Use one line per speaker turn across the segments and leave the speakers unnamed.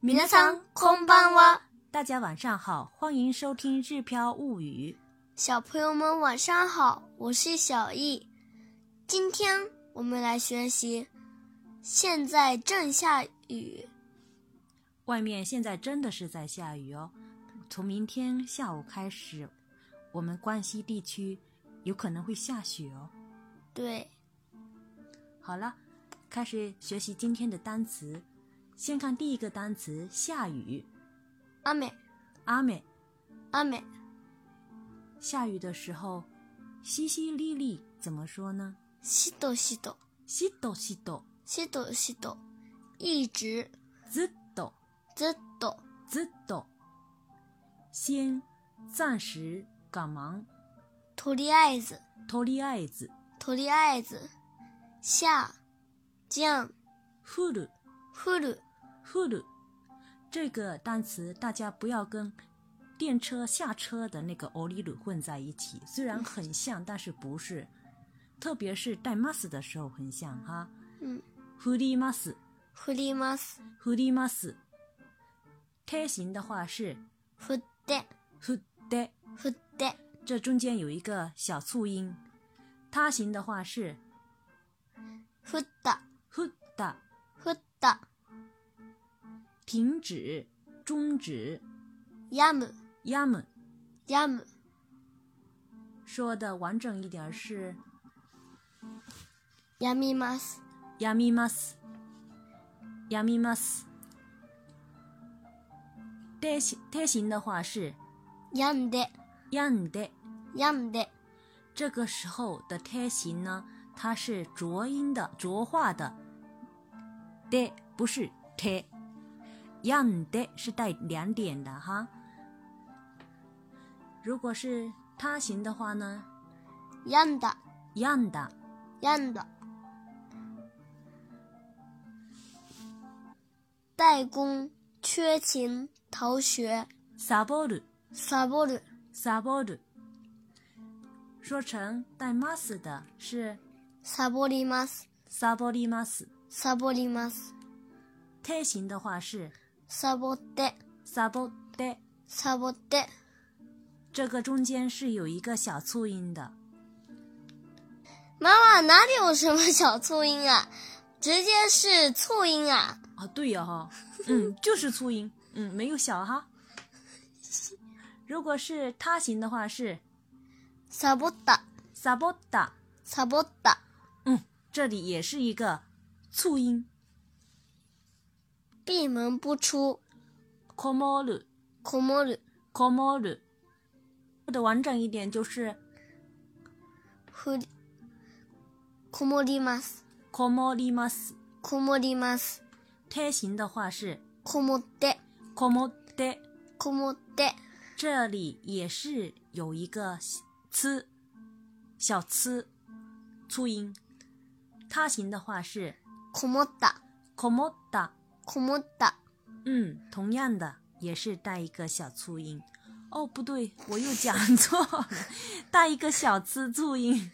皆さんこんばんは。
大家晚上好，欢迎收听《日飘物语
小朋友们晚上好，我是小易。今天我们来学习，现在正下雨，》。
外面现在真的是在下雨哦，从明天下午开始，我们关西地区有可能会下雪哦。
对，
好了，开始学习今天的单词。先看第一个单词“下雨
雨”，
阿美。
雨
下雨的时候，淅淅沥沥怎么说呢？
しとしと
西哆西哆，
しとしと，一直
ずっと
ずっと
ずっと。先暂时赶忙，
とりあえず
とりあえず
とりあえず下降
降る
降る
降る这个单词大家不要跟电车下车的那个欧里鲁混在一起，虽然很像，但是不是，特别是带 mas 的时候很像哈。
嗯，
降ります
降ります
降ります。贴形的话是
降って
降って，
降って
这中间有一个小促音；他形的话是
降った
降った。
降った
停止、终止、
やむ
やむ
やむ
说的完整一点是
やみます
やみます。やみます。贴形贴形的话是
やんで
やんで。
やんで
这个时候的贴形呢，它是浊音的、浊化的。で不是贴，やんで是带两点的哈。如果是他形的话呢，
やんだ
やんだ。
やんだ代工缺勤逃学
サボる。
サボる
サボる。说成带 mas 的是
サボります
サボります，
サボります
贴形的话是
サボって
サボで，
サボって
这个中间是有一个小促音的。
妈妈哪里有什么小促音啊，直接是促音啊。
啊，对呀、哈，嗯，就是促音，嗯，没有小哈。如果是他形的话是
サボった
サボだ，
サボった
嗯，这里也是一个促音。
闭门不出
こもる
こもる
こもる，说的完整一点就是
ふりこもります
こもります。
こもります
贴形的话是
こもって
こもって，
こもって
这里也是有一个呲小呲促音。他形的话是
こもった
こもった，
こもった
嗯，同样的也是带一个小促音。哦，不对，我又讲错了， 带一个小呲促音。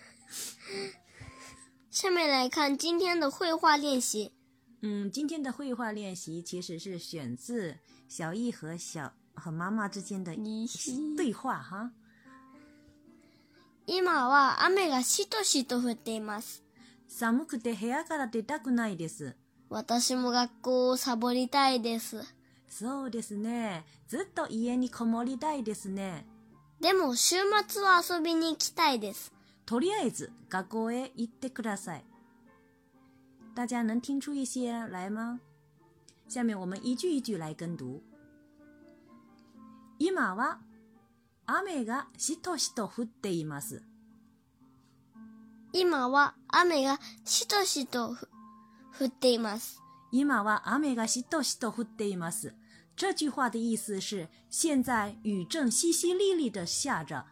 下面来看今天的绘画练习。
嗯，今天的绘画练习其实是选自小易和小和妈妈之间的
你
对话哈。
今は雨がしとしと降っています。
寒くて部屋から出たくないです。
私も学校をサボりたいです。
そうですね。ずっと家にこもりたいですね。
でも週末は遊びに行きたいです。
とりあえず学校へ行ってください。大家能听出一些来吗？下面我们一句一句来跟读。今は雨がしとしと降っています。
今は雨がしとしとふ降っています。
今は雨がしとしと降っています。这句话的意思是现在雨正淅淅沥沥的下着。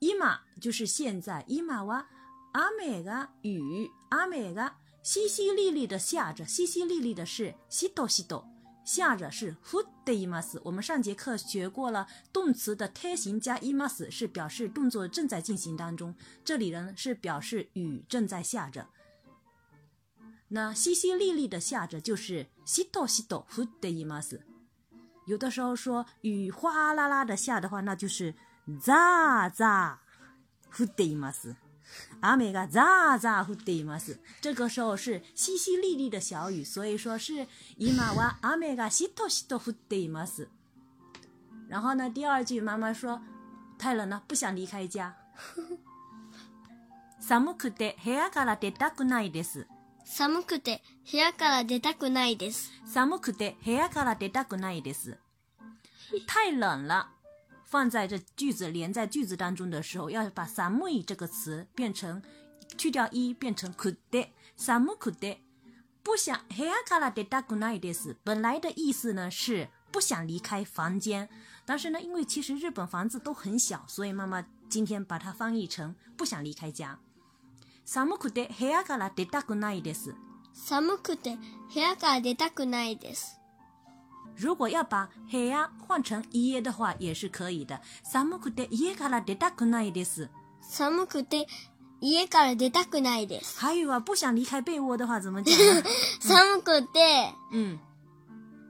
今就是现在，今は雨が雨，雨が淅淅沥沥的下着，淅淅沥沥的是しとしと，下着是降っています。我们上节课学过了，动词的贴形加います是表示动作正在进行当中，这里呢是表示雨正在下着。那淅淅沥沥的下着就是西哆西哆降っています。有的时候说雨哗啦啦的下的话，那就是ザーザー降っています。雨がザーザー降っています。这个时候是淅淅沥沥的小雨，所以说是今は雨がしとしと降っています。然后呢，第二句妈妈说太冷了，不想离开家。 寒くて部屋から出たくないです。
寒くて部屋から出たくないです。
寒くて部屋から出たくないです。太冷了，放在这句子连在句子当中的时候，要把“寒い”这个词变成去掉一，变成“くで”。寒くで不想部屋から出たくないです。本来的意思呢是不想离开房间，但是呢，因为其实日本房子都很小，所以妈妈今天把它翻译成不想离开家。寒くて部屋から出たくないです。
寒くて部屋から出たくないです。
如果要把部屋换成家的话，也是可以的。寒くて家から出たくないです。
寒くて家から出たくないです。
还有啊，不想离开被窝的话怎么讲啊？
寒くて、
嗯，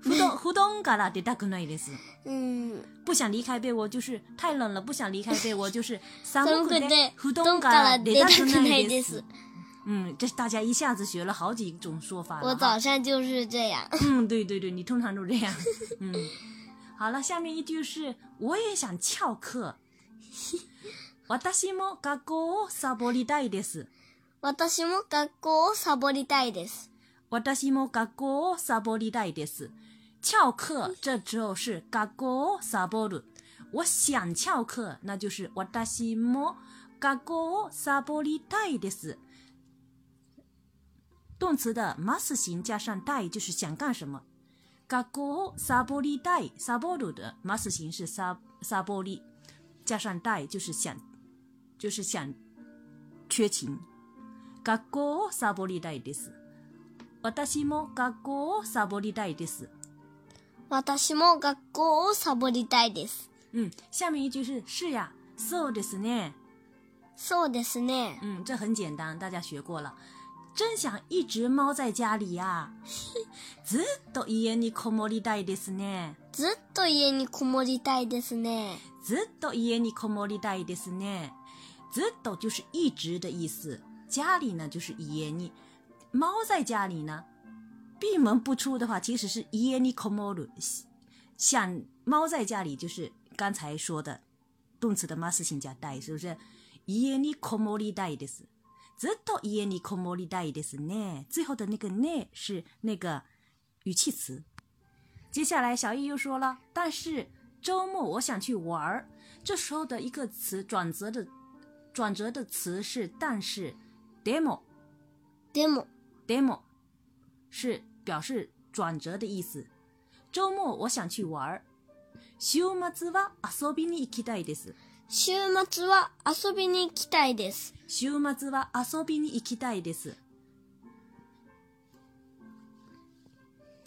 布団布団から出たくないです。
うん、
不想离开被窝就是太冷了，不想离开被窝 就是寒
寒く
く
て
て
布
布
団
団
か
からら
出
出
た
た
く
く
な
ないい
で
ですす。。嗯，这是大家一下子学了好几种说法了哈。
我早上就是这样。
嗯，对对对，你通常都这样。嗯，好了，下面一句是我也想翘课。私も学校をサボりたいです。
私も学校をサボりたいです。
私も学校をサボりたいです。翘课，这之后是学校をサボる。我想翘课，那就是私も学校をサボりたいです。动词的 must 形加上たい就是想干什么。学校をサボりたい、サボる的 must 形是ササボり，加上たい就是想，就是想缺勤。学校をサボりたいです。私も学校をサボりたいです。
私も学校をサボりたいです。
嗯，下面一句是是呀，そうですね。
そうですね。
嗯，这很简单，大家学过了。真想一直猫在家里呀、 ずっと家にこもりたいですね。
ずっと家にこもりたいですね。
ずっと家にこもりたいですね。ずっと就是一直的意思，家里呢就是家に，猫在家里呢，闭门不出的话，其实是家にこもる。想猫在家里就是刚才说的动词的 must 形加代，是不是？家にこもりたいです。ずっと家にこもりたいですね。最后的那个ね是那个语气词。接下来，小易又说了，但是周末我想去玩儿。这时候的一个词转折的转折的词是但是，demo
でも、
demo 是表示转折的意思。周末我想去玩儿。週末は遊びに行きたいです。
週末は遊びに行きたいです。
週末は遊びに行きたいです。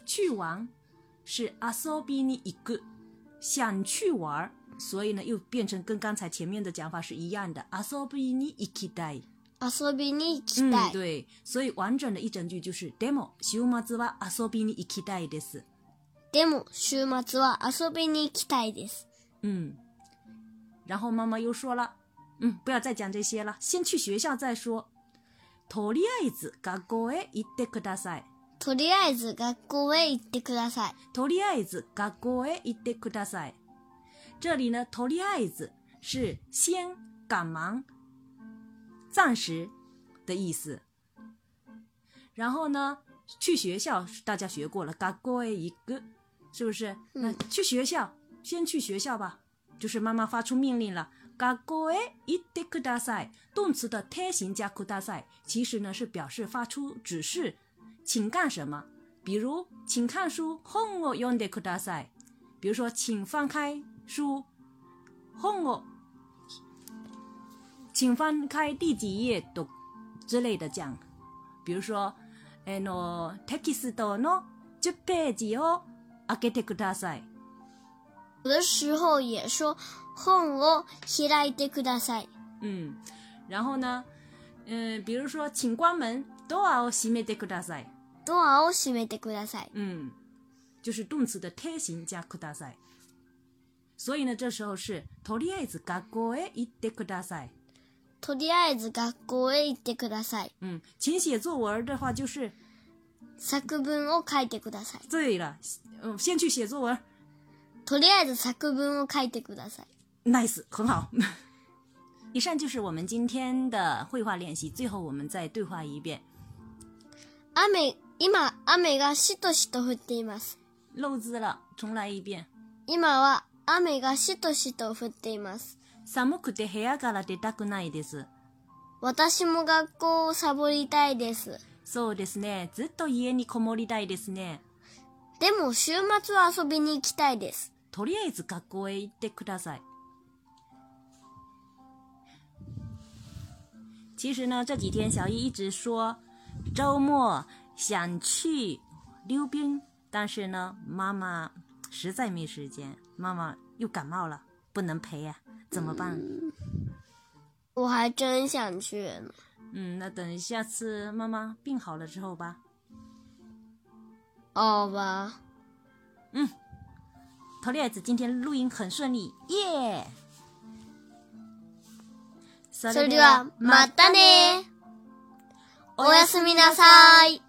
去玩是遊びに行く，想去玩儿，所以呢又变成跟刚才前面的讲法是一样的，遊びに行きたい。
遊びに行き
嗯
たい。，
对，所以完整的一整句就是でも週末は遊びに行きたいです。
でも、週末は遊びに行きたいです。
嗯，然后妈妈又说了，嗯，不要再讲这些了，先去学校再说。とりあえず学校へ行ってください。
とりあえず学校へ行ってください。
とりあえず学校へ行ってください。这里呢，とりあえず是先、赶忙、暂时的意思。然后呢，去学校大家学过了，学校へ行く，是不是？那去学校，先去学校吧。就是妈妈发出命令了，学校へ行ってください。动词的贴形加ください，其实呢是表示发出指示，请干什么。比如，请看书本を読んでください。比如说，请翻开书本を，请翻开第几页と之类的讲。比如说，あのテキストの10ページを開けてください。
有的时候也说、本を開いてください。
呃嗯，然后呢，嗯、比如说，请关门，ドアを閉めてください。
ドアを閉めてください。
嗯，就是动词的贴形加ください。所以呢，这时候是とりあえず学校へ行ってください。
とりあえず学校へ行ってください。
嗯，请写作文的话就是
作文を書いてください。
对了，嗯，先去写作文
とりあえず作文を書いてください。
，nice，很好。 以上就是我们今天的绘画练习。最后，我们再对话一遍。
雨、今、雨がしとしと降っています。
漏字了，重来一遍。
今は雨がしとしと降っています。
寒くて部屋から出たくないです。
私も学校をサボりたいです。
そうですね。ずっと家にこもりたいですね。
でも週末は遊びに行きたいです。
とりあえず学校へ行ってください。其实呢，这几天小易一直说周末想去溜冰，但是呢，妈妈实在没时间，妈妈又感冒了，不能陪呀、怎么办？
我还真想去呢。
嗯，那等下次妈妈病好了之后吧。
好吧。
头列子今天录音很顺利，耶！そ
それでは、またねおやすみなさい。